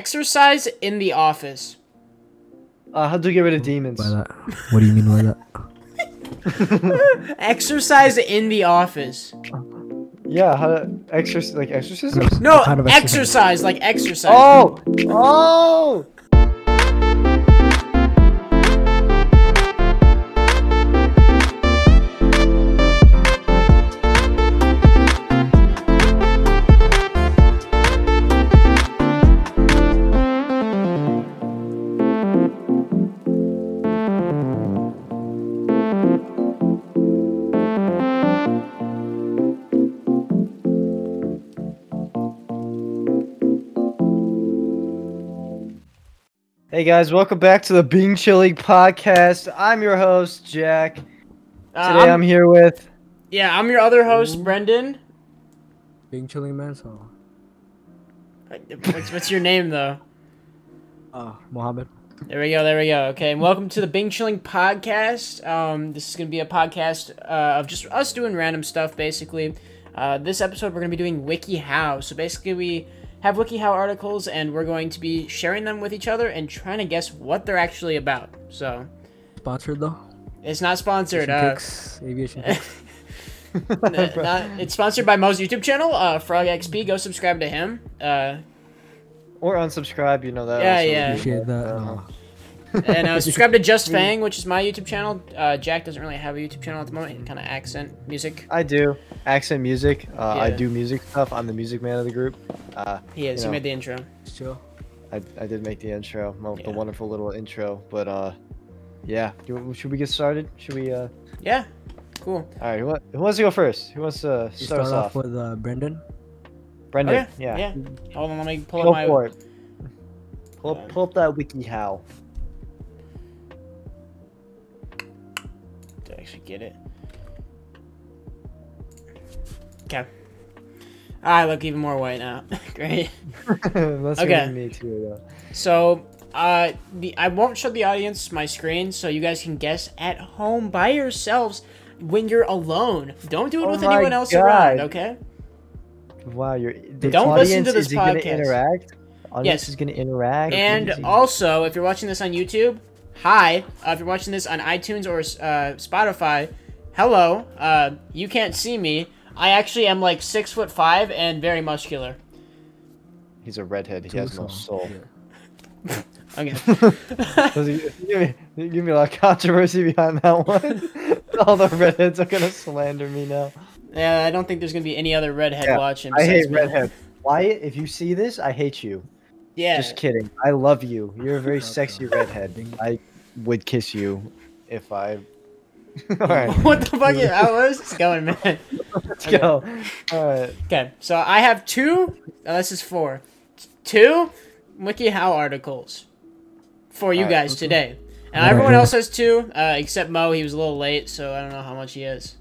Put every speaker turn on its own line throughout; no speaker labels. exercise in the office.
Uh, how do you get rid of demons?
by that? What do you mean by that?
Exercise in the office.
Yeah, how to exercise like exorcisms?
No,
What kind of
exercise,
exercise?
like exercise.
Oh! Oh! Hey guys, welcome back to the Bean Chili podcast. I'm your host, Jack. Today
Uh, I'm-
I'm, here with
yeah, I'm your other host, Brendan.
Being chilling man, so.
What's, what's your name though?
Uh, Mohammed.
There we go. There we go. Okay, and welcome to the Bing Chilling Podcast. Um, this is gonna be a podcast uh, of just us doing random stuff, basically. Uh, this episode we're gonna be doing WikiHow. So basically, we have WikiHow articles, and we're going to be sharing them with each other and trying to guess what they're actually about. So
Sponsored though.
it's not sponsored.
Aviation
Uh,
picks. Aviation picks.
Uh, not- it's sponsored by Mo's YouTube channel, uh, Frog XP. Go subscribe to him. Uh,
or unsubscribe, you know that.
Yeah,
also.
yeah.
Appreciate that.
Uh-huh.
uh,
and uh, subscribe to Just Fang, which is my YouTube channel. Uh, Jack doesn't really have a YouTube channel at the moment. Kind of accent music.
I do. Accent music. Uh, I
Yeah.
do music stuff. I'm the music man of the group. Uh,
He is.
Yeah.
He made the intro.
just chill.
I, I did make the intro, mo-
Yeah.
the wonderful little intro, but uh, yeah. Do, should we get started? Should we? Uh,
Yeah. Cool.
all right. Who, wa- who wants to go first? Who wants to
You
start
start
us
off
off?
with uh, Brendan.
Brendan.
Okay,
Yeah.
Oh, Yeah. Hold on. Let me pull
Go
up my.
for it. Pull
Um,
up, pull up that wiki how.
to actually get it. Okay. I look even more white now. Great.
That's
Okay.
gonna be me too.
So, uh, the I won't show the audience my screen, so you guys can guess at home by yourselves when you're alone. Don't do it
Oh
with
my
anyone else
God.
around, okay?
Yeah. Wow, you're. The
Don't
audience
listen to this
is gonna
podcast.
interact. Audience
Yes.
is gonna interact.
And
Easy.
also, if you're watching this on YouTube, hi. Uh, if you're watching this on iTunes or uh, Spotify, hello. Uh, you can't see me. I actually am like six foot five and very muscular.
he's a redhead. He has no
Tucson.
soul.
Yeah.
Okay.
Does he- give, me, give me a lot of controversy behind that one. All the redheads are gonna slander me now.
yeah, I don't think there's gonna be any other redhead
Yeah,
watching.
I hate
besides me.
redheads. Wyatt, if you see this, I hate you.
Yeah.
Just kidding. I love you. You're a very
Okay.
sexy redhead. I would kiss you if I. All right,
what the fuck? Is, I was just going, man.
let's
Okay.
go. All right.
Okay, so I have two. Oh, this is four. Two WikiHow articles for you
Alright,
guys
okay.
today, and
Alright.
everyone else has two uh, except Mo. He was a little late, so I don't know how much he is.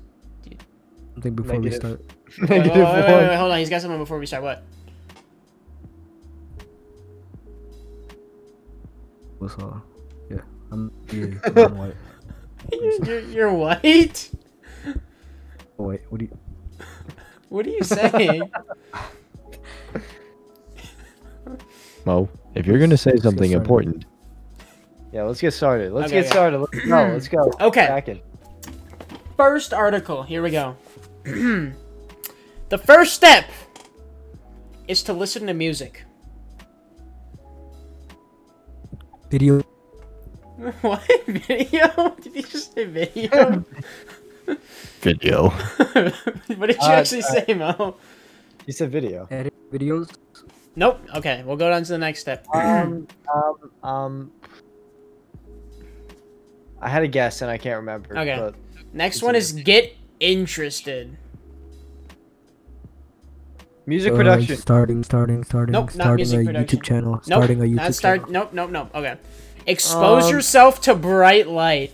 I think before
Negative.
we start,
Wait, wait, wait,
Negative
wait, wait,
one.
hold on. He's got something before we start. What?
what's all? Yeah, I'm. Yeah, I'm white.
You're, you're white.
Oh, wait, what do you?
What are you saying?
Mo, if you're gonna say
Let's get
something
started.
important,
Yeah, let's get started. Let's
Okay,
get
yeah.
started. Let's go. Let's go.
Okay.
Back it.
first article. Here we go. the first step is to listen to music.
Video.
What video? Did you just say video?
video.
what did you
Uh,
actually say, Mo?
You said video.
Edit videos.
Nope. Okay, we'll go down to the next step.
Um, um, um. I had a guess and I can't remember.
Okay.
But
Next one is get interested.
music
Uh,
production.
starting, starting, starting,
Nope, not
starting
music
a
production.
YouTube channel.
Nope.
starting a YouTube
not start.
channel.
Nope. Nope. Nope. Okay. Expose
Um,
yourself to bright light.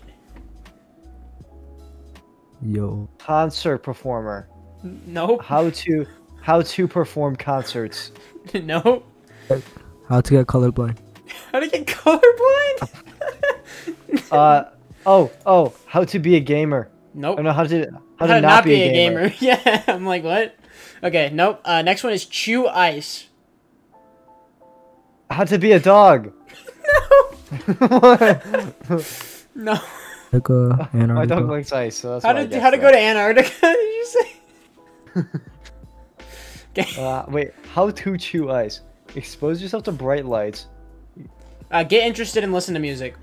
Yo,
Concert performer.
Nope.
How to how to perform concerts.
nope.
how to get colorblind?
How to get colorblind?
Uh oh oh. How to be a gamer.
Nope.
Oh no. How to
How
how to not, be, a gamer.
yeah. I'm like, what? Okay. Nope. Uh, next one is chew ice.
How to be a dog? What?
No.
Antarctica,
My
Antarctica.
dog likes ice. So that's
How
why I
to
guessed
how to
that.
go to Antarctica? Did you say? Okay.
Uh, wait, how to chew ice? Expose yourself to bright lights.
Uh, get interested and listen to music.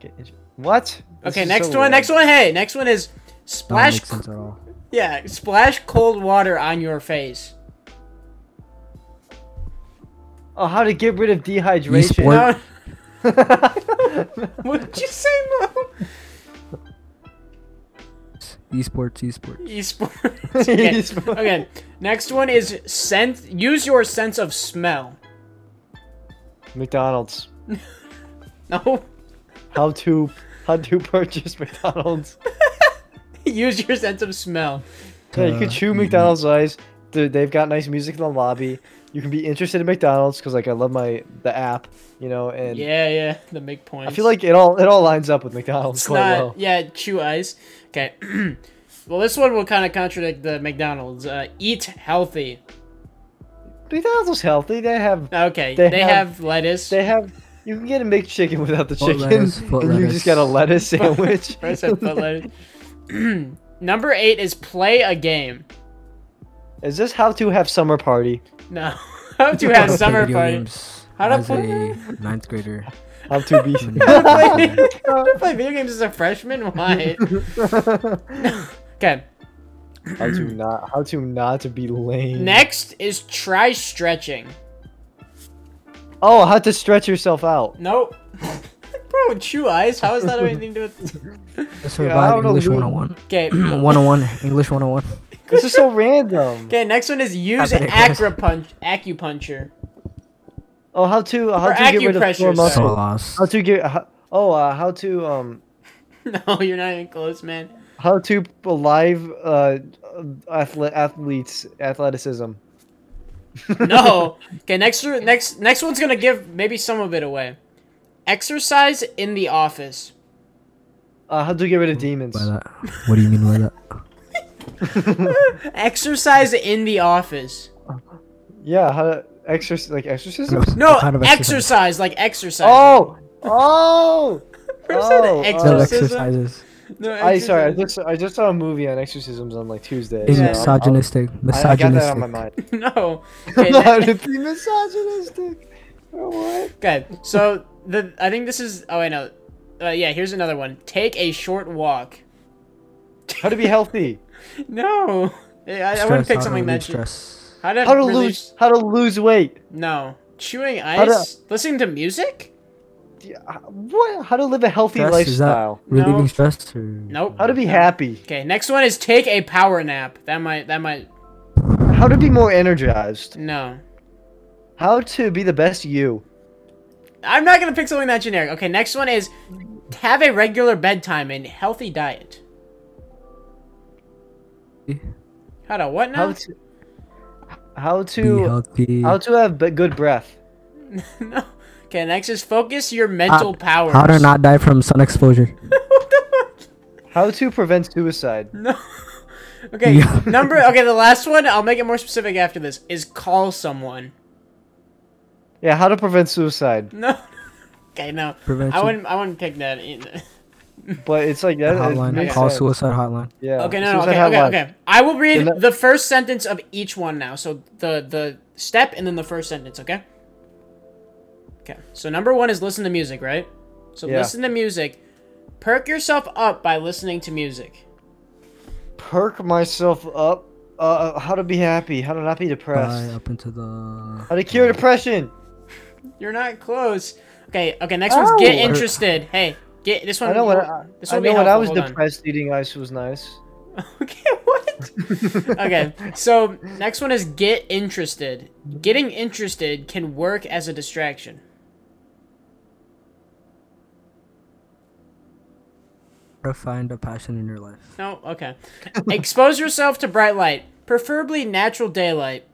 Get inj- what? This
Okay,
is
next
so
one.
weird.
Next one. Hey, next one is
That don't
splash.
make sense at all.
Yeah, splash cold water on your face.
Oh, how to get rid of
Esport.
dehydration?
No,
How
what did Uh, you say, Mo?
Esports, esports.
Esports. Okay.
Esports.
okay. Next one is sense. Use your sense of smell.
McDonald's.
No.
How to how to purchase McDonald's?
Use your sense of smell.
Yeah, you
Uh,
can chew McDonald's ice. Dude, they've got nice music in the lobby. You can be interested in McDonald's because like I love my the app, you know, and
Yeah, yeah. The big point.
I feel like it all it all lines up with McDonald's
it's
quite
not.
well.
Yeah, chew ice. Okay. well, this one will kind of contradict the McDonald's. Uh, eat healthy.
McDonald's is healthy. They have
Okay. They,
They
have,
have-
lettuce.
they have you can get a McChicken without the
Foot
chicken.
lettuce, foot
and you just got a lettuce sandwich.
I said foot lettuce. Number eight is play a game.
Is this how to have summer party?
No. How to
How to
have
play
summer
video
party.
games
How to
as
play-
a ninth grader.
How to be
When you're-
How to play video games as a freshman? Why? okay.
how to not how to not to be lame.
Next is try stretching.
Oh, how to stretch yourself out.
Nope. Bro, chew ice. How is that have anything to do with?
Survive
don't know,
English
dude.
101.
Okay.
101, English 101.
This is so random.
Okay. Next one is use
bet it goes.
acupunct- acupuncture.
Oh, how to how
Or
to get rid of
acupressure,
sore
sorry.
So
muscles.
uh, lost.
How to get how, oh uh, how to um
No, you're not even close, man.
how to alive uh athlete athletes athleticism.
No. Okay. Next. one- Next. Next one's gonna give maybe some of it away. Exercise in the office.
Uh, how to get rid of demons.
By that. What do you mean by that?
Exercise in the office.
Yeah, how to exercise like exorcism.
No,
What kind of
exercise, like exercise.
Oh, oh.
Where's that
oh,
exorcism?
No
oh.
exercises.
no,
I sorry, I just I just saw a movie on exorcisms on like Tuesday.
Being
Yeah.
so I'm- I'm-
misogynistic.
I, I got that on my
Misogynistic.
mind.
no. Okay,
Not
that-
to be misogynistic. Oh, What?
okay, so the I think this is. Oh, I know. Uh, yeah, here's another one. Take a short walk.
How to be healthy?
No, I, I- I
Stress,
wouldn't pick
how to
something
relieve
that. you-
stress.
How to,
How to
really-
lose? How to lose weight?
No, chewing
to-
ice, listening to music.
Yeah, uh, What? How to live a healthy
Stress, is that
lifestyle?
relieving
No.
stress or
Nope.
How to be happy?
Okay, next one is take a power nap. That might. That might.
How to be more energized?
No,
How to be the best you?
I'm not gonna pick something that generic. Okay, next one is have a regular bedtime and healthy diet.
Be
How to what now?
How to? How to?
healthy.
How to have b- good breath?
no. Okay, next is focus your mental powers.
How to not die from sun exposure.
What the fuck?
How to prevent suicide?
No. Okay,
Yeah.
number. Okay, the last one. I'll make it more specific after this. Is call someone.
Yeah, how to prevent suicide?
No. Okay, no. I
Prevention.
wouldn't. I wouldn't pick that. e-, Either.
But it's like that. it
Hotline.
makes
Call
sense.
suicide hotline.
Yeah.
Okay, no, no.
suicide
Okay, okay,
hotline.
okay. I will read
And that-
the first sentence of each one now. So the the step and then the first sentence. Okay. Okay. So number one is listen to music, right? So
Yeah.
listen to music. Perk yourself up by listening to music.
Perk myself up. Uh, Uh, how to be happy? How to not be depressed?
Fly up into the.
How to cure depression?
You're not close. Okay, okay, next one's get
Ow.
interested. Hey, get this one.
Oh. I know when I,
this
I
will be
know when I was
helpful. Hold on.
depressed, eating ice was nice.
Okay, what? okay, so next one is get interested. Getting interested can work as a distraction.
How to find a passion in your life.
No, okay. Expose yourself to bright light, preferably natural daylight.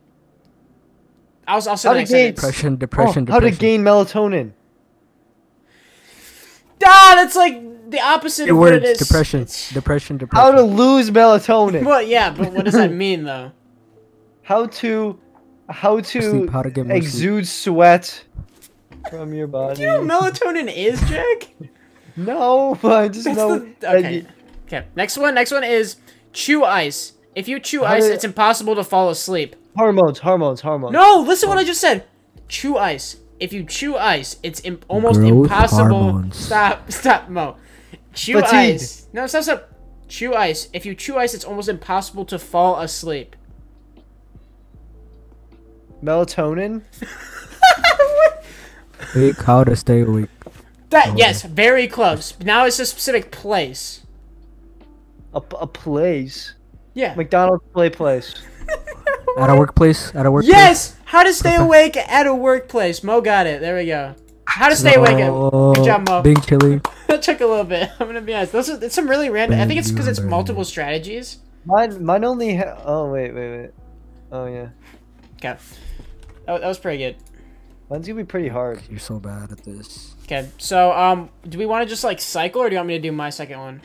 I'll, I'll say
How
the
to
next
gain-
sentence.
Depression, depression,
oh, how to
depression.
gain melatonin?
Ah, that's like the opposite
It
of what it
works.
is.
Depression, depression, depression.
How to lose melatonin?
Well, yeah, but what does that mean though?
How to how to
Sleep, how to get more sleep.
exude sweat? from your body.
You know what melatonin is, Jack?
No, I just
That's
know.
the-
that
okay.
you-
Okay. Next one. Next one is chew ice. If you chew
How
ice,
did-
it's impossible to fall asleep.
hormones, hormones, hormones.
No, listen what I just said. Chew ice. If you chew ice, it's Im- almost
Growth
impossible.
hormones.
Stop, stop, Mo. Chew
Fatigue.
ice. No, stop, stop. Chew ice. If you chew ice, it's almost impossible to fall asleep.
Melatonin?
Eat cow to stay awake.
That yes, very close. Now it's a specific place.
A, a place.
Yeah.
McDonald's play place.
At a workplace. At a workplace.
Yes. How to stay awake at a workplace. Mo got it. There we go. How to stay awake.
Oh,
at- Good job, Mo.
Bing chili.
that took a little bit. I'm gonna be honest. Those are, it's some really random. I think it's because it's
Random.
multiple strategies.
Mine, mine only. Ha- oh wait, wait, wait. Oh yeah,
Okay. Oh, That, that was pretty good.
mine's gonna be pretty hard.
You're so bad at this.
Okay. So, um, do we want to just like cycle, or do you want me to do my second one?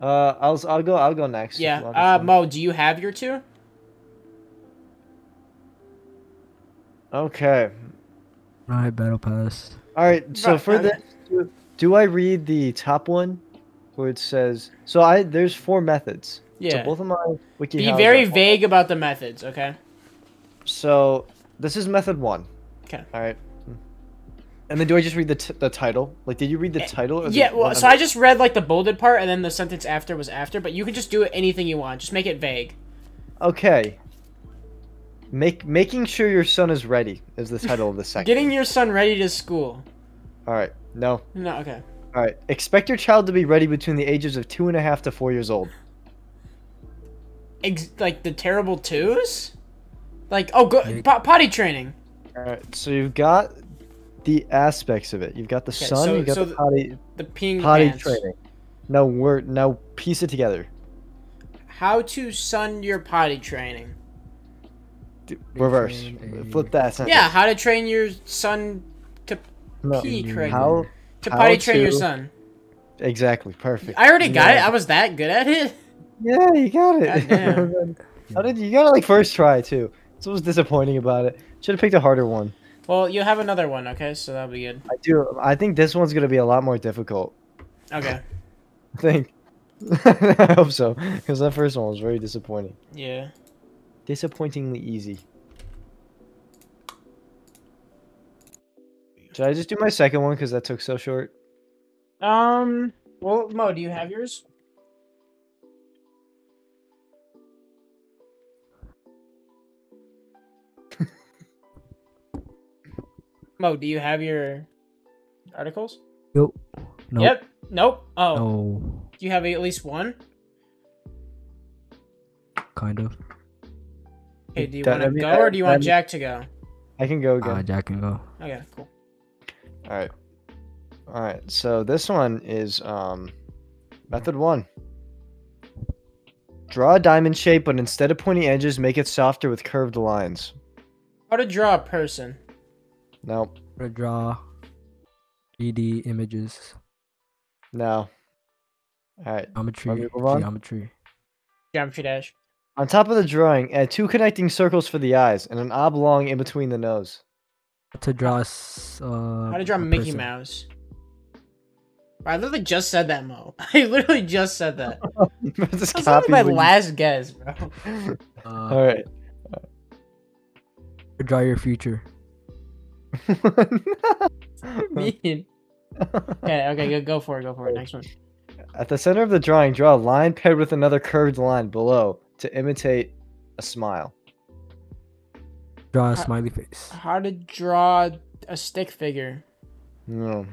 Uh, I'll, s- I'll go, I'll go next. if
Yeah.
you want
Uh,
to.
Mo, do you have your two?
okay.
All right, battle pass.
All right. So
Right,
for
okay.
this, do- do I read the top one, where it says? So I there's four methods.
Yeah.
So both of my wiki.
Be
hows
very
are-
vague about the methods. Okay.
So this is method one.
'Kay.
All right. And then do I just read the t- the title? Like, did you read the
Eh,
title? Or the
Yeah. Well,
one
so
under-
I just read like the bolded part, and then the sentence after was after. But you can just do anything you want. Just make it vague.
Okay. Make making sure your son is ready is the title of the second.
Getting your son ready to school.
All right. No.
No. Okay.
All right. Expect your child to be ready between the ages of two and a half to four years old.
Ex- like the terrible twos. Like oh, go- po- potty training.
All right. So you've got the aspects of it. You've got the
Okay,
son.
so-
you've got
so th-
the potty
The peeing
potty
pants.
training. Now word. Now piece it together.
How to sun your potty training.
D- Reverse.
Train a-
Flip that sentence.
Yeah, how to train your son to
No.
pee correctly.
How
to
how
potty train your
to-
son.
exactly? Perfect.
I already got
Yeah.
it. I was that good at it.
Yeah, you got
Goddamn.
it. How did you got it like first try too? That's what was disappointing about it. Should have picked a harder one.
Well, you'll have another one, okay? So that'll be good.
I do. I think this one's gonna be a lot more difficult.
Okay.
I think. I hope so, because that first one was very disappointing.
Yeah.
Disappointingly easy. Should I just do my second one because that took so short?
Um. Well, Mo, do you have yours? Mo, do you have your articles?
Yo. Nope.
Yep. Nope. Oh,
No.
do you have at least one?
Kind of.
Okay, do you
That-
want
I
to
mean,
go
that-
or do you
that-
want Jack to go?
I can go
Ah,
again.
Jack can go.
Okay, cool.
All right. All right. So this one is um, method one. Draw a diamond shape, but instead of pointy edges, make it softer with curved lines.
How to draw a person.
No,
Or draw 3D images.
no. All right.
Geometry.
move on?
Geometry.
Geometry dash.
On top of the drawing, add two connecting circles for the eyes and an oblong in between the nose.
To draw. s- Uh,
How to draw
a
Mickey
person.
Mouse. I literally just said that, Mo. I literally just said that.
Just
That's literally
copy
my
what you-
last guess, bro.
Uh,
All right.
to draw your future.
Mean. Okay, okay, go, go for it, go for it. Next one.
At the center of the drawing, draw a line paired with another curved line below to imitate a smile.
Draw
Uh,
a smiley face.
How to draw a stick figure.
No.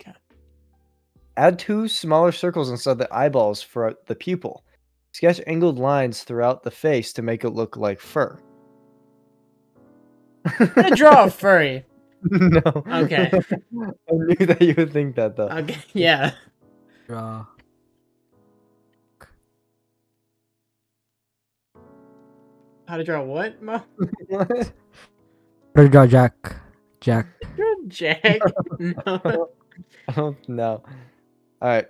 Okay.
Add two smaller circles inside the eyeballs for the pupil. Sketch angled lines throughout the face to make it look like fur.
How to draw a furry.
no.
Okay.
I knew that you would think that though.
Okay, yeah. uh.
Draw.
How to draw what, Mo?
What?
Or draw Jack. Jack.
Jack. No.
I don't know. All right.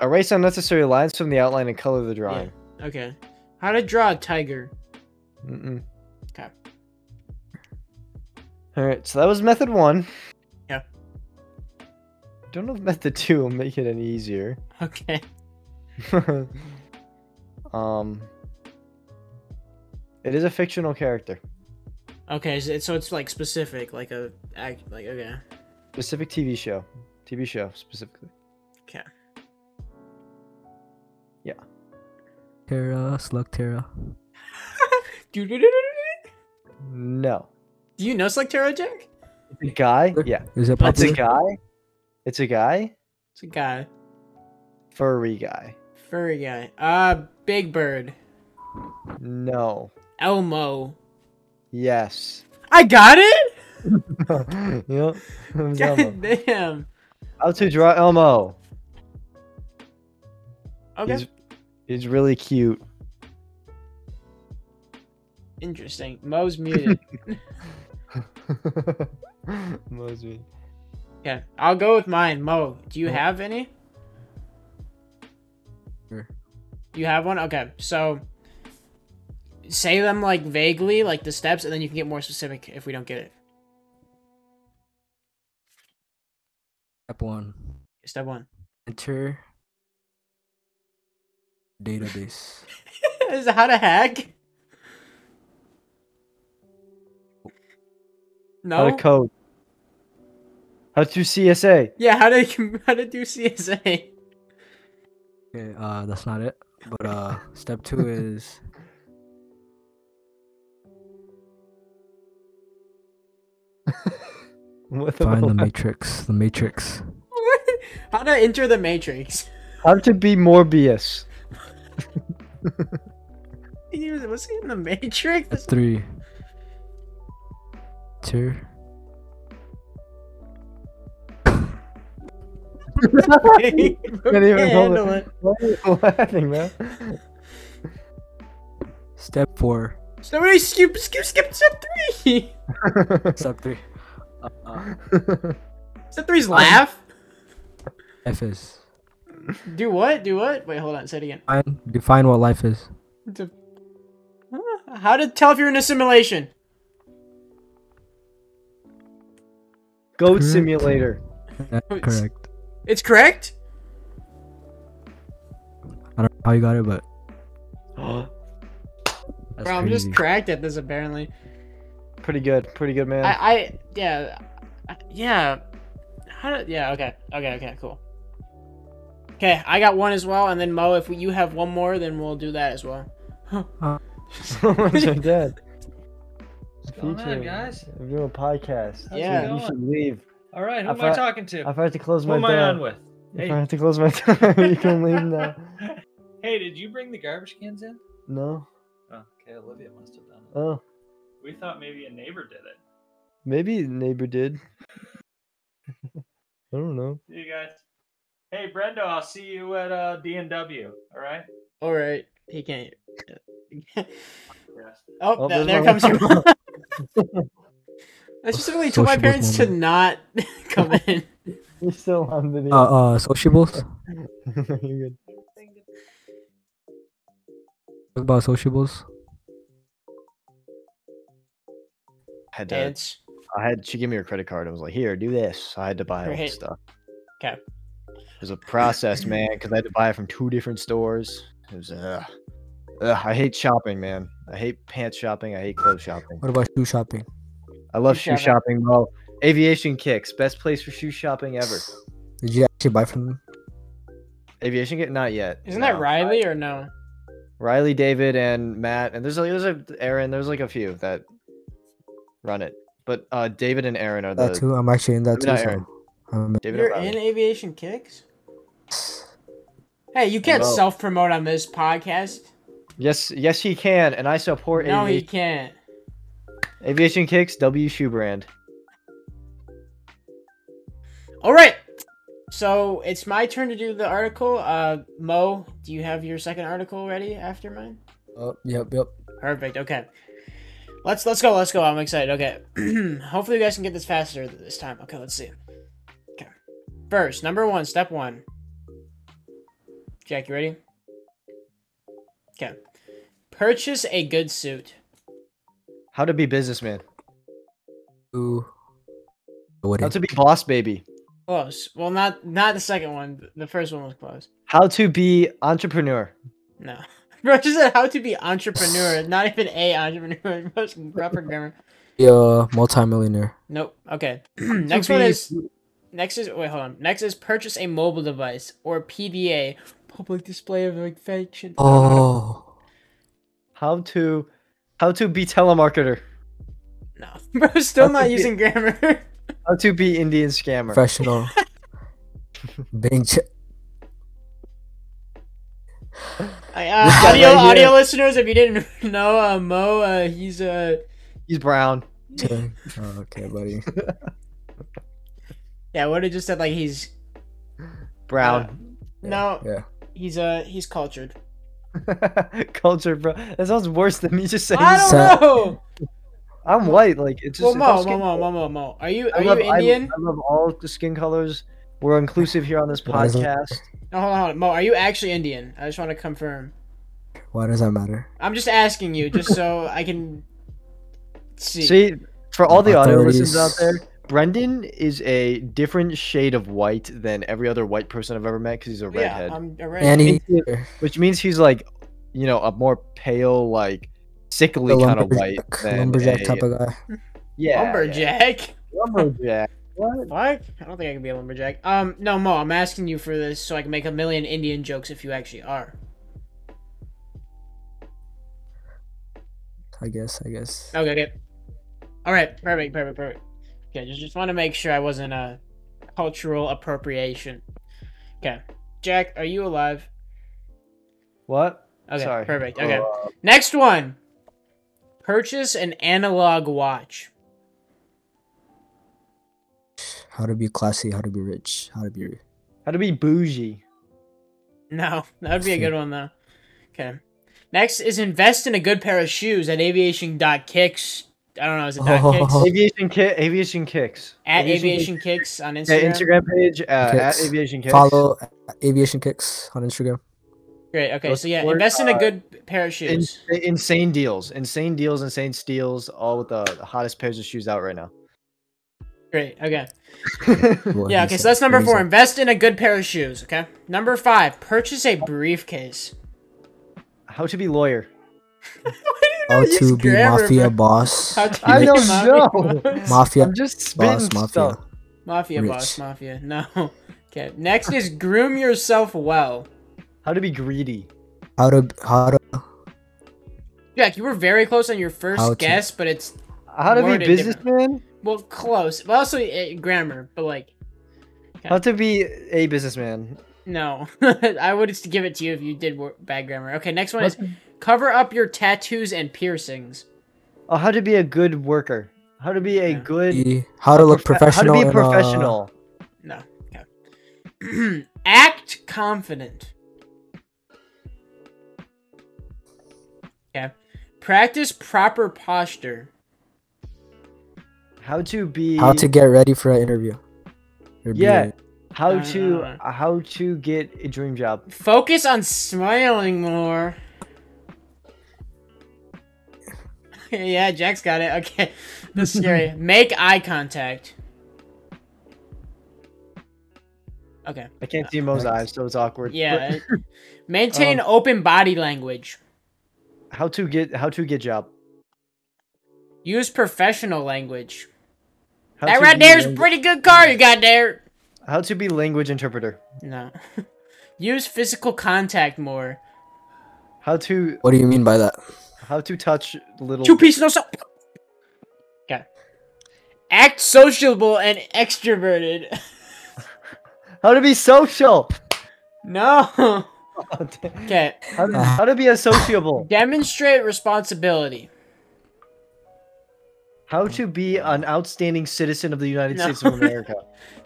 Erase unnecessary lines from the outline and color the drawing.
Okay. How to draw a tiger.
Mm-mm. All right, so that was method one.
Yeah.
Don't know if method two will make it any easier.
Okay.
um, it is a fictional character,
Okay. So it's, so it's like specific, like a act, like okay.
specific TV show, TV show specifically.
Okay.
Terra, Slug Terra.
Do
No,
you know Selectero Jack?
a guy. Yeah,
Is it
it's a
popular?
guy. It's a guy.
It's a guy,
Furry guy.
furry guy. Uh, Big Bird,
No.
Elmo.
Yes.
I got it.
yep. it was
God
Elmo.
damn.
How to draw Elmo?
Okay.
He's, he's really cute.
Interesting. Mo's muted.
Mo's mean.
okay. I'll go with mine. Mo, do you
Oh.
have any?
Sure.
You have one? Okay. So say them like vaguely, like the steps, and then you can get more specific if we don't get it.
Step one.
Step one.
Enter database.
Is it how to hack?
How
No.
to code. How to CSA.
yeah, how to how to do CSA.
Okay, uh, that's not it. But uh, step two is
What the
find the
fuck?
matrix. The matrix.
how to enter the matrix.
How to be Morbius.
He was- Was he in the matrix?
Three. Two.
Can't
Can't even hold
handle
it.
it.
Why are you laughing, man?
Step four.
Somebody skip skip skip step three.
Step three. Uh, uh,
Step three's
Um,
laugh.
F is
Do what? Do what? Wait, hold on. Say it again.
define, define what life is.
To- Huh? How to tell if you're in a simulation?
Goat Simulator.
That's
Wait, s-
correct.
It's correct.
I don't know how you got it, but that's
Bro, I'm
crazy.
just cracked at this apparently.
pretty good. Pretty good, man.
I, I yeah, I- yeah. How do, yeah, okay, okay, okay, cool. Okay, I got one as well, and then Mo, if you have one more, then we'll do that as well.
Someone's our dad.
What's going on,
Featuring.
guys?
We're doing a podcast.
How's
it
Yeah,
going?
you should leave.
All right, who
I've
am I
had-
talking to?
I've had to close
who
my
am
door.
I on with?
If I
Hey,
have to close my door, you can leave now.
hey, did you bring the garbage cans in?
No.
Oh, okay, Olivia must have done it.
Oh,
We thought maybe a neighbor did it.
maybe neighbor did. I don't know.
See you guys. Hey, Brendo, I'll see you at uh, D&W, all right?
All right, he can't. oh,
Yes.
Oh,
there, there
there's my
comes your.
mom.
I specifically told my
Sociable
parents to
moment.
not come in.
You're still on video.
Uh, uh, sociables. Talk
You're good.
about sociables.
I had, to,
Dance.
I had she gave me her credit card. I was like, here, do this. I had to buy all
Right.
this stuff.
'Kay.
It was a process, man, because I had to buy it from two different stores. It was uh, ugh, I hate shopping, man. I hate pants shopping. I hate clothes shopping.
What about shoe shopping?
I love
Shoe
shoe shopping, bro. Aviation kicks, best place for shoe shopping ever.
Did you actually buy from them?
Aviation kick, not yet.
Isn't that
no.
Riley or no?
Riley, David, and Matt, and there's like there's a Aaron. There's like a few that run it, but uh, David and Aaron are
That
the
too. I'm actually in that
Maybe
too.
not
So
Aaron.
I'm
David
You're
and
in
Riley.
aviation kicks. Hey, you can't
Mo.
self promote on this podcast.
Yes, yes, he can, and I support
No, he
aviation,
can't.
aviation kicks. W shoe brand.
All right. So it's my turn to do the article. Uh, Mo, do you have your second article ready after mine?
oh, yep, yep.
Perfect. Okay. Let's let's go. Let's go. I'm excited. Okay. Hopefully you guys can get this faster this time. Okay. Let's see. Okay. First, number one, step one. Jack, you ready? Okay. Purchase a good suit.
How to be businessman.
to the wooden.
How to be boss baby.
Close. Well, not not the second one. The first one was close.
How to be entrepreneur.
No. Bro, just said how to be entrepreneur, not even a entrepreneur. Bro, it's Proper grammar.
be a uh, multimillionaire.
Nope. Okay. next one is next is wait hold on. Next is purchase a mobile device or PDA, public display of affection.
Oh,
How to how to be telemarketer.
No, bro, still
How to
not
be-
using grammar.
How to be Indian scammer.
professional. Bing. Ch-
I, uh, audio
guy right here.
audio listeners, if you didn't know, uh, Mo, uh, he's uh
He's brown.
Chang. Oh, okay, buddy.
yeah. What it just said like he's
Brown.
no,
Yeah.
he's uh he's cultured.
Culture, bro. That sounds worse than me just saying.
I don't
Sa-
know.
I'm white. Like it's
Well,
uh, just. it's all
Mo, Mo,
skin
Mo,
color.
Mo, Mo, Mo. Are you
I
are
love,
you
I-
Indian?
I, love all the skin colors. We're inclusive here on this
Why is it-
podcast.
No, hold on, hold on. Mo, are you actually Indian? I just want to confirm.
Why does that matter?
I'm just asking you, just so I can see.
See, for all the audio listeners out
Authorities.
there, Brendan is a different shade of white than every other white person I've ever met because he's a redhead,
Yeah, um, I'm a redhead.
Annie.
which means he's like, you know, a more pale, like sickly
The
kind of white
lumberjack,
than
eh,
lumberjack
a-
type of guy.
yeah,
lumberjack.
yeah, lumberjack. What?
What? I don't think I can be a lumberjack. Um, no, Mo, I'm asking you for this so I can make a million Indian jokes if you actually are.
I guess. I guess.
Okay, okay. All right, perfect, perfect, perfect. Okay, just just want to make sure I wasn't a cultural appropriation. Okay, Jack, are you alive?
What?
Okay,
Sorry.
perfect. Okay,
Uh,
next one. Purchase an analog watch.
How to be classy. How to be rich. How to be.
how to be bougie?
No, that would be a good one though. Okay. Next is invest in a good pair of shoes at aviation dot kicks. I don't know, is it dot kicks?
Oh.
Aviation kit. Aviation kicks.
At aviation,
Aviation
kicks on Instagram.
Yeah, Instagram page uh, at
Kicks.
aviation kicks.
Follow uh, Aviation Kicks on Instagram.
Great. Okay,
Go
so yeah,
support,
invest in a
uh,
good pair of
In- eh,
shoes.
insane deals, insane deals, insane steals, all with the the hottest pairs of shoes out right now.
Great. Okay.
What
Yeah.
he
Okay. So
said,
that's number
what he
four.
said.
Invest in a good pair of shoes. Okay. Number five. Purchase a briefcase.
How to be lawyer?
How
Use
to be
grammar,
mafia
bro.
boss.
How to
I
be
rich
don't
mafia
know.
boss.
Mafia
I'm just spitting
boss. Mafia.
stuff.
Mafia
Rich.
boss. Mafia. No. Okay. Next is groom yourself well.
How to be greedy?
How to how to
Jack, you were very close on your first
How to-
guess, but it's
How to
Worded
be businessman?
well close. But also uh, grammar. But like,
How to be a businessman?
no. I would just give it to you if you did wor- bad grammar. Okay. Next one is cover up your tattoos and piercings.
Oh, how to be a good worker? How to be a
Yeah.
good?
be, how to look
profe-
professional.
How to
in,
be
uh,
professional?
No. Okay. Act confident. Okay. Practice proper posture.
How to be?
how to get ready for an interview. Or be
Yeah.
ready.
How
No,
to?
no, no,
How to get a dream job?
Focus on smiling more. yeah, Jack's got it. Okay. That's scary. Make eye contact. Okay.
I can't see Mo's
Right.
eyes, so it's awkward.
Yeah. Maintain
Um,
open body language.
But how to get? How to get job?
Use professional language.
How
that
to
right
be
there is a
langu-
pretty good car you got there.
How to be language interpreter?
No. Use physical contact more.
How to?
What do you mean by that?
How to touch little?
Two piece no so. Okay. Act sociable and extroverted.
How to be social?
no.
How to,
Okay.
how to be associable?
Demonstrate responsibility.
How to be an outstanding citizen of the United
No.
States of America?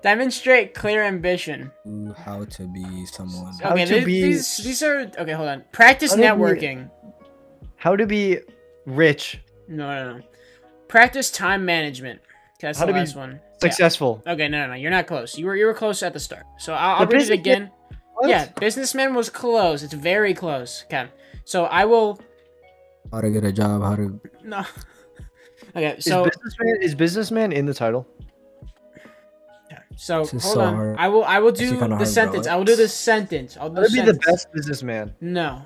Demonstrate clear ambition.
How to be someone.
How
Okay,
to
thi-
be-
these these are okay. Hold on. Practice
How to be-
networking.
How to be rich?
No, no, no. Practice time management. 'Kay, That's
How
the
to be
last one. Yeah.
Successful.
Okay, no, no, no. You're not close. You were you were close at the start. So I'll, I'll
The
read it
businessman-
again.
What?
Yeah, businessman was close. It's very close. Okay, so I will
How to get a job. How to
no. Okay, so
is businessman is businessman in the title?
so
This is
hold
so
on.
hard.
I will I will
This is
do
kinda
the
hard,
sentence.
bro.
I will do the sentence. I'll do
That would be the
sentence.
best businessman.
No.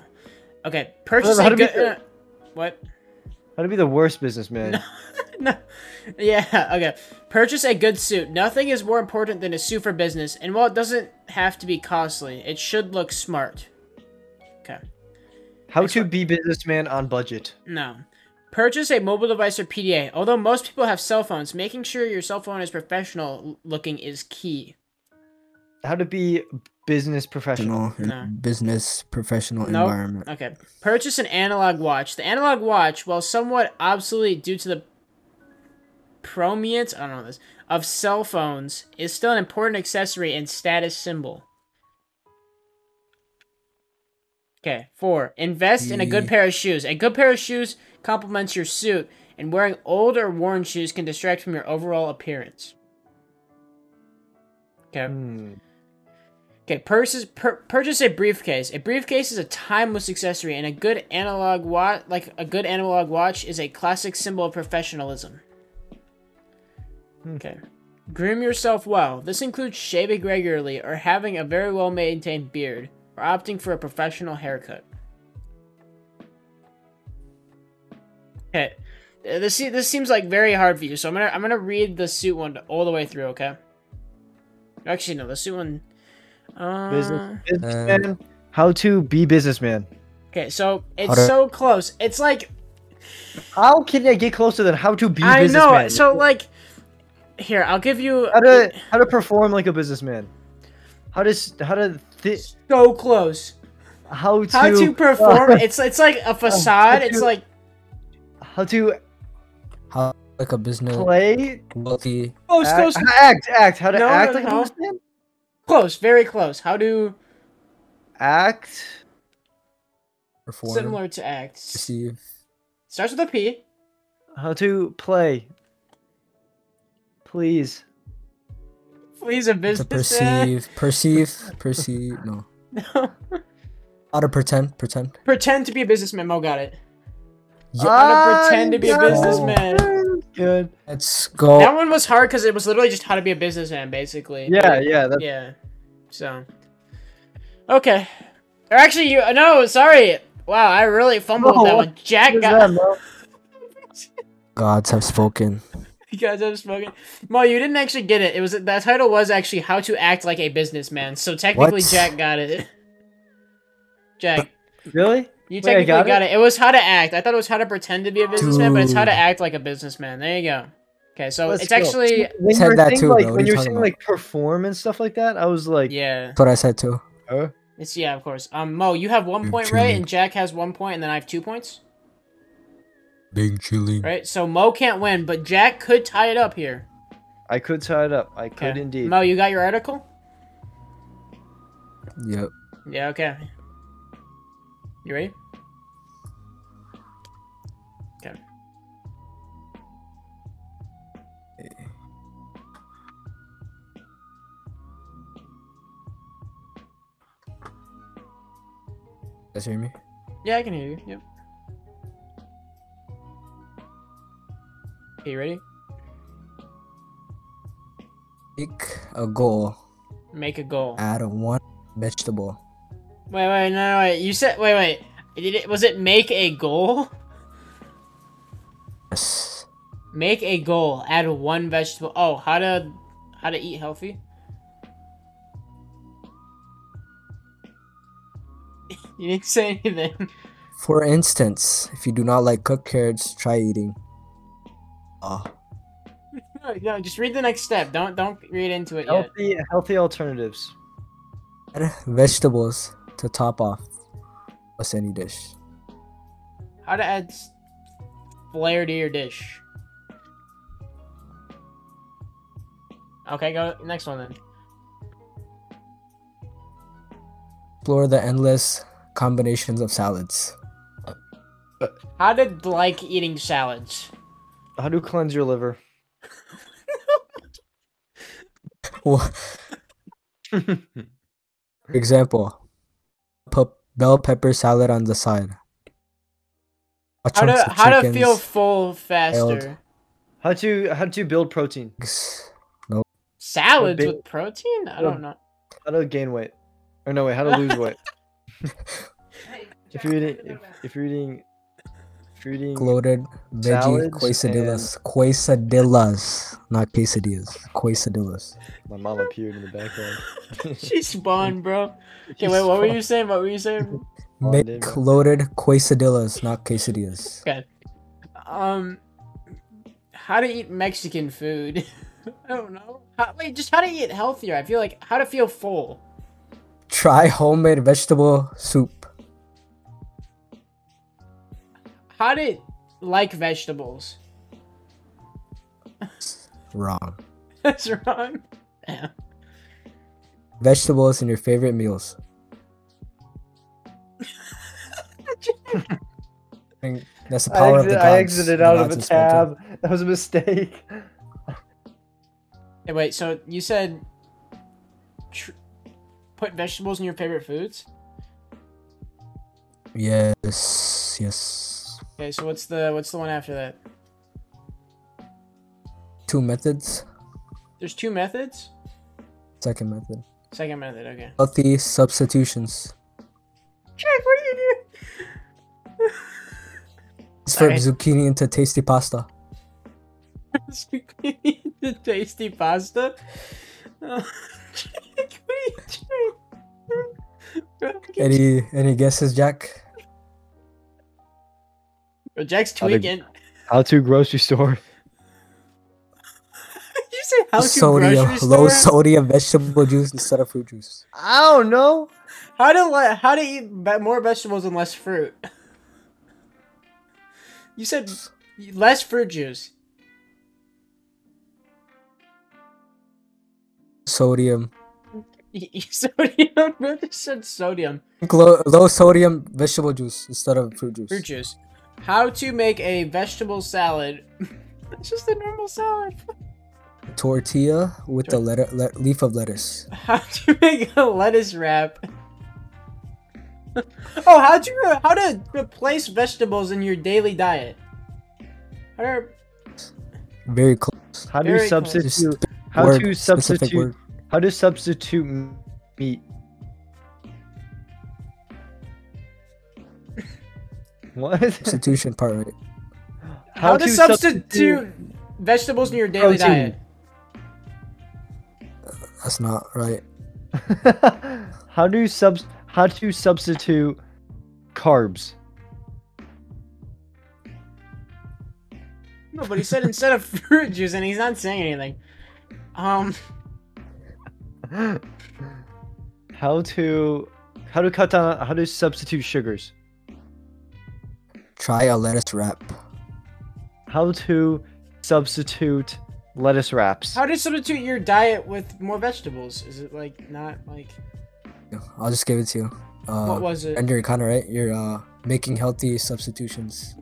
Okay,
how
purchasing
to be
good.
the-
uh, what?
How to be the worst businessman?
no. Yeah, okay. Purchase a good suit. Nothing is more important than a suit for business, and while it doesn't have to be costly, it should look smart.
How to be businessman on budget?
No. Purchase a mobile device or PDA. Although most people have cell phones, making sure your cell phone is professional looking is key.
How to be business professional?
Professional,
No.
business professional
Nope.
environment.
Okay. Purchase an analog watch. The analog watch, while somewhat obsolete due to the prominence, I don't know this, of cell phones, is still an important accessory and status symbol. Okay, four. Invest in a good
Mm.
pair of shoes. A good pair of shoes complements your suit, and wearing old or worn shoes can distract from your overall appearance. Okay.
Hmm.
Okay, purchase, pur- purchase a briefcase. A briefcase is a timeless accessory, and a good analog watch, like a good analog watch, is a classic symbol of professionalism. Okay, groom yourself well. This includes shaving regularly, or having a very well maintained beard, or opting for a professional haircut. Okay, Uh, this se- this seems like very hard for you, so I'm gonna I'm gonna read the suit one all the way through. Okay. Actually, no, the suit one. Uh,
Hmm. Business, businessman. How to be businessman?
Okay, so it's
How do-
so close. It's like
How can I get closer than how to be?
I know.
businessman?
So like, here I'll give you.
how to how to perform like a businessman? How does how to thi-
so close.
how to
How to perform? it's it's like a facade. It's
to-
like
how to
How like a business
play
wealthy
close,
act,
close,
act act how to
No,
act
no,
like a
no.
businessman
close, very close. How do
act
perform
similar to act? S-
receive
Starts with a P.
how to play please
Please a
to
business. man.
perceive perceive perceive no how to pretend pretend
pretend to be a businessman. Mo got it.
Yeah.
How to pretend to be a
Ah, yeah.
businessman.
good
let's go
Oh.
That one was hard because it was literally just how to be a businessman, basically.
yeah yeah that's
Yeah. So. Okay. Or actually, you. No, sorry. Wow, I really fumbled
No,
that one. Jack
good
got.
job, bro.
gods have spoken
You guys have spoken. Mo, you didn't actually get it. It was that title was actually how to act like a businessman. So technically,
What?
Jack got it. Jack,
really
you
Wait, I
technically
got
got, it? it. was how to act. I thought it was how to pretend to be a businessman, but it's how to
Dude.
act like a businessman. There you go. Okay, so
Let's
it's
go.
actually
when
Said
you were
that
saying
too,
like
bro. What
when
are
you
you
were
talking
saying
about?
like perform and stuff like that i was like
yeah.
that's what i said too
huh?
It's yeah, of course. Um, Mo, you have one point, right? And Jack has one point, and then I have two points.
being chilling
Right, so Mo can't win, but Jack could tie it up here.
i could tie it up i could
Okay.
indeed
Mo, you got your article?
yep
Yeah, okay. You ready? Okay.
you guys hear me
Yeah, I can hear you. Yep. Okay, you ready?
pick a goal
Make a goal.
add one vegetable
Wait, wait, no, no, wait. You said, wait, wait. Did it, was it make a goal?
yes
Make a goal. Add one vegetable. Oh, how to, how to eat healthy? you didn't say anything.
for instance if you do not like cooked carrots try eating ah
No, no, just read the next step. Don't don't read into it yet.
healthy healthy alternatives
Add vegetables to top off what's any dish.
How to add s- flair to your dish. Okay, go next one then.
Explore the endless combinations of salads.
How to like eating salads.
how to cleanse your liver
Wha- For example, pe- bell pepper salad on the side.
How
Chunks
to
of
how to
chickens.
feel full faster.
How to how to build protein?
Salads
big-
with protein? I
Yeah.
don't know.
How to gain weight? Or no wait, how to lose weight? If you're eating if, if you're eating if you're eating
Gloated veggie
Salads
quesadillas. Quesadillas. Not quesadillas. Quesadillas.
my mom appeared in the background.
she spawned, bro. Okay, wait, what were you saying? What were you saying?
Oh, I did,
Make
bro.
loaded quesadillas, not quesadillas.
Um, how to eat Mexican food? I don't know. How, wait, just how to eat healthier. I feel like how to feel full.
Try homemade vegetable soup.
How to like vegetables.
Wrong.
That's wrong.
Vegetables in your favorite meals. I think that's the
I,
power
exit,
of the gods.
I exited
The
out of
gods
a
inspired them.
tab. That was a mistake.
Hey, wait, so you said tr- put vegetables in your favorite foods?
Yes, yes.
Okay, so what's the what's the one after that?
Two methods.
There's two methods.
Second method.
Second method, okay.
Healthy substitutions.
Jack, what do you do?
Flip
Sorry.
zucchini into tasty pasta.
Zucchini into tasty pasta. Oh, Jake, what are you doing?
Any any guesses, Jack?
Bro, Jack's
I think-
tweaking. Did
How to grocery store.
you say how to
sodium,
grocery
low
store?
sodium vegetable juice instead of fruit juice.
I don't know.
how to le- how to eat be- more vegetables and less fruit? You said less fruit juice.
Sodium.
Y- y- sodium, bro. Just said sodium.
Low, low sodium vegetable juice instead of fruit juice.
Fruit juice. How to make a vegetable salad? it's just a normal salad.
Tortilla with the letter, le- leaf of lettuce.
How to make a lettuce wrap? oh, how to re- how to replace vegetables in your daily diet? How to-
Very close.
How do
Very close.
you substitute?
Just
How
word,
to
specific
substitute?
word.
How to substitute m- meat? What?
Substitution part right.
How, to, substitute, vegetates in your daily diet?
protein.
That's not right.
how do subs? How to substitute carbs?
No, but he said instead of fruit juice, and he's not saying anything. Um,
How to how to cut down? How to substitute sugars?
Try a lettuce wrap.
How to substitute lettuce wraps?
how to substitute your diet with more vegetables? Is it like not like
I'll just give it to you. Uh,
what was it?
and you're kind of right. You're uh, making healthy substitutions.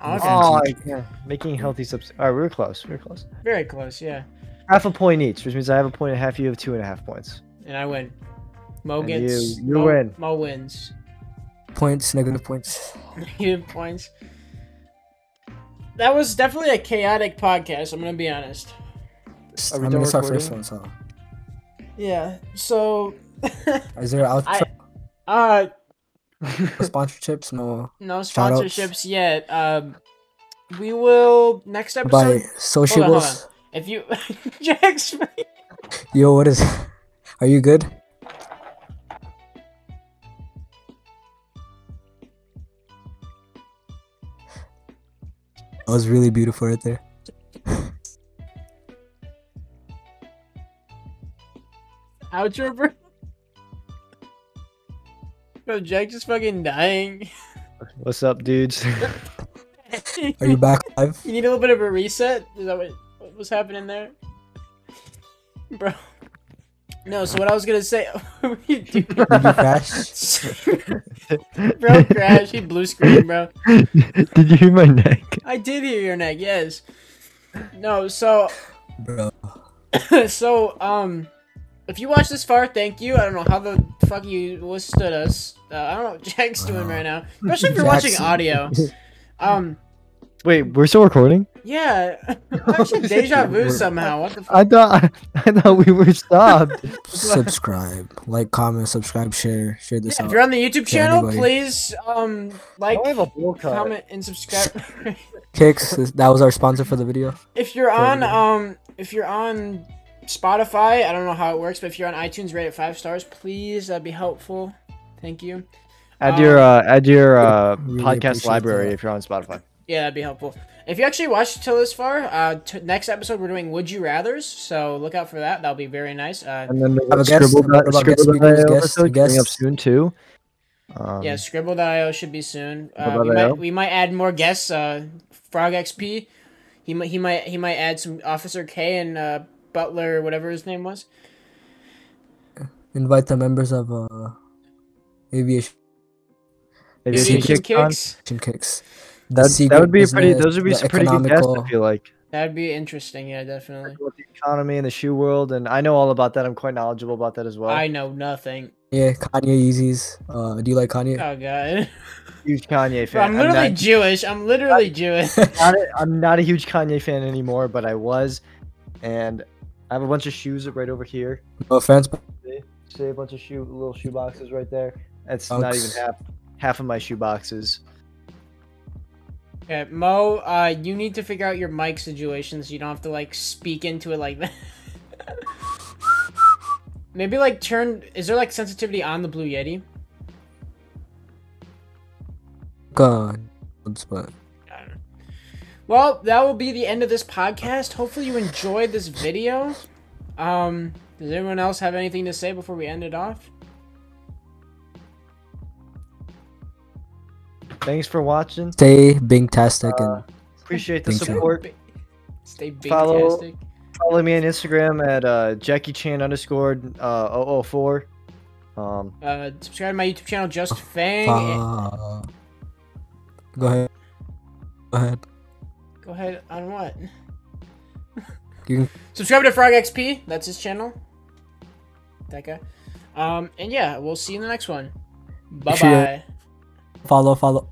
Oh, okay.
Oh, I, yeah. Making healthy substitutes. All right, we were close. We were close.
Very close, yeah.
half a point each, which means I have a point and a half. You have two and a half points.
And I win. Mo
And
gets.
you- you
Mo,
win.
Mo wins.
Points, negative points.
Negative points. That was definitely a chaotic podcast. I'm gonna be honest.
Are
I
we
mean,
done
it's our first
recording?
one, so.
Yeah. So,
Is there outro
I uh,
sponsorships? No.
no
Shoutouts.
sponsorships yet. Um, we will next episode.
By
Hold on, hold
sociables.
If you, Jack's
Yo, what is? Are you good? That was really beautiful right there.
outro, bro. Bro, Jack just fucking dying.
What's up, dudes?
you
Are you back live?
need a little bit of a reset. Is that what, what was happening there, bro? No. So what I was gonna say, what are you doing?
Did you crash?
bro crashed. He blue screen, bro.
Did you hear my neck?
I did hear your neck. Yes. No. So
Bro.
so um, if you watched this far, thank you. I don't know how the fuck you withstood us. Uh, I don't know what Jack's doing right now, especially if you're watching
Jackson.
audio. Um,
Wait, we're still recording?
Yeah, I'm actually deja vu somehow. What the f-
I thought I thought we were stopped.
subscribe, like, comment, subscribe, share, share this
yeah, if
out.
you're on the YouTube
Yeah,
channel,
anybody.
please um like,
Now Oh, I have a bowl cut.
comment, and subscribe.
Kicks, this- that was our sponsor for the video.
if you're on
There you
um if you're on spotify i don't know how it works but if you're on itunes rate it five stars please that'd be helpful thank you
Add your uh, add your uh,
Really appreciate
podcast library
that.
if you're on Spotify.
yeah that'd be helpful if you actually watched till this far uh t- next episode we're doing would you rathers so look out for that that'll be very nice uh
And then the
Have a guest?
scribble
What about guest
scribble
speakers,
Dial
guest-
episode coming up
guests?
soon too. Um,
yeah scribble.io should be soon uh, we,
Scribble.io?
might, we might add more guests uh frog xp he might he might he might add some officer k and uh butler whatever his name was
Invite the members of uh, Aviation
maybe
Aviation
Aviation Con.
kicks
Kicks. The
That, that
secret
would be a pretty.
business,
Those would be
the
some pretty good guests.
economical-
I feel like
that'd be interesting yeah definitely
About the economy and the shoe world, and I know all about that. I'm quite knowledgeable about that as well.
I know nothing.
Yeah, Kanye Yeezys. Uh, do you like Kanye?
Oh god.
huge Kanye
Bro,
fan.
I'm literally
not-
Jewish. I'm literally Jewish.
not a, I'm not a huge Kanye fan anymore, but I was, and I have a bunch of shoes right over here.
No offense, but
Say a bunch of shoe, little shoe boxes right there. That's not even
Box.
half half of my shoe boxes.
Okay, Mo, uh, you need to figure out your mic situation so you don't have to like speak into it like that. Maybe like turn. Is there like sensitivity on the Blue Yeti?
uh, but
I don't know. Well, that will be the end of this podcast. Hopefully, you enjoyed this video. Um, does anyone else have anything to say before we end it off?
Thanks for watching.
stay bingtastic and
Appreciate the
Thanks, Adam.
support.
Ba- Stay big
Follow-
tastic.
Follow me on Instagram at uh, Jackie Chan underscore uh, 004. Um,
Uh, subscribe to my YouTube channel, Just Fang.
uh, go ahead. Go ahead.
Go ahead on what?
You can-
Subscribe to Frog XP. That's his channel. That guy. Um, and yeah, we'll see you in the next one. Bye
Appreciate
bye.
it. Follow, follow.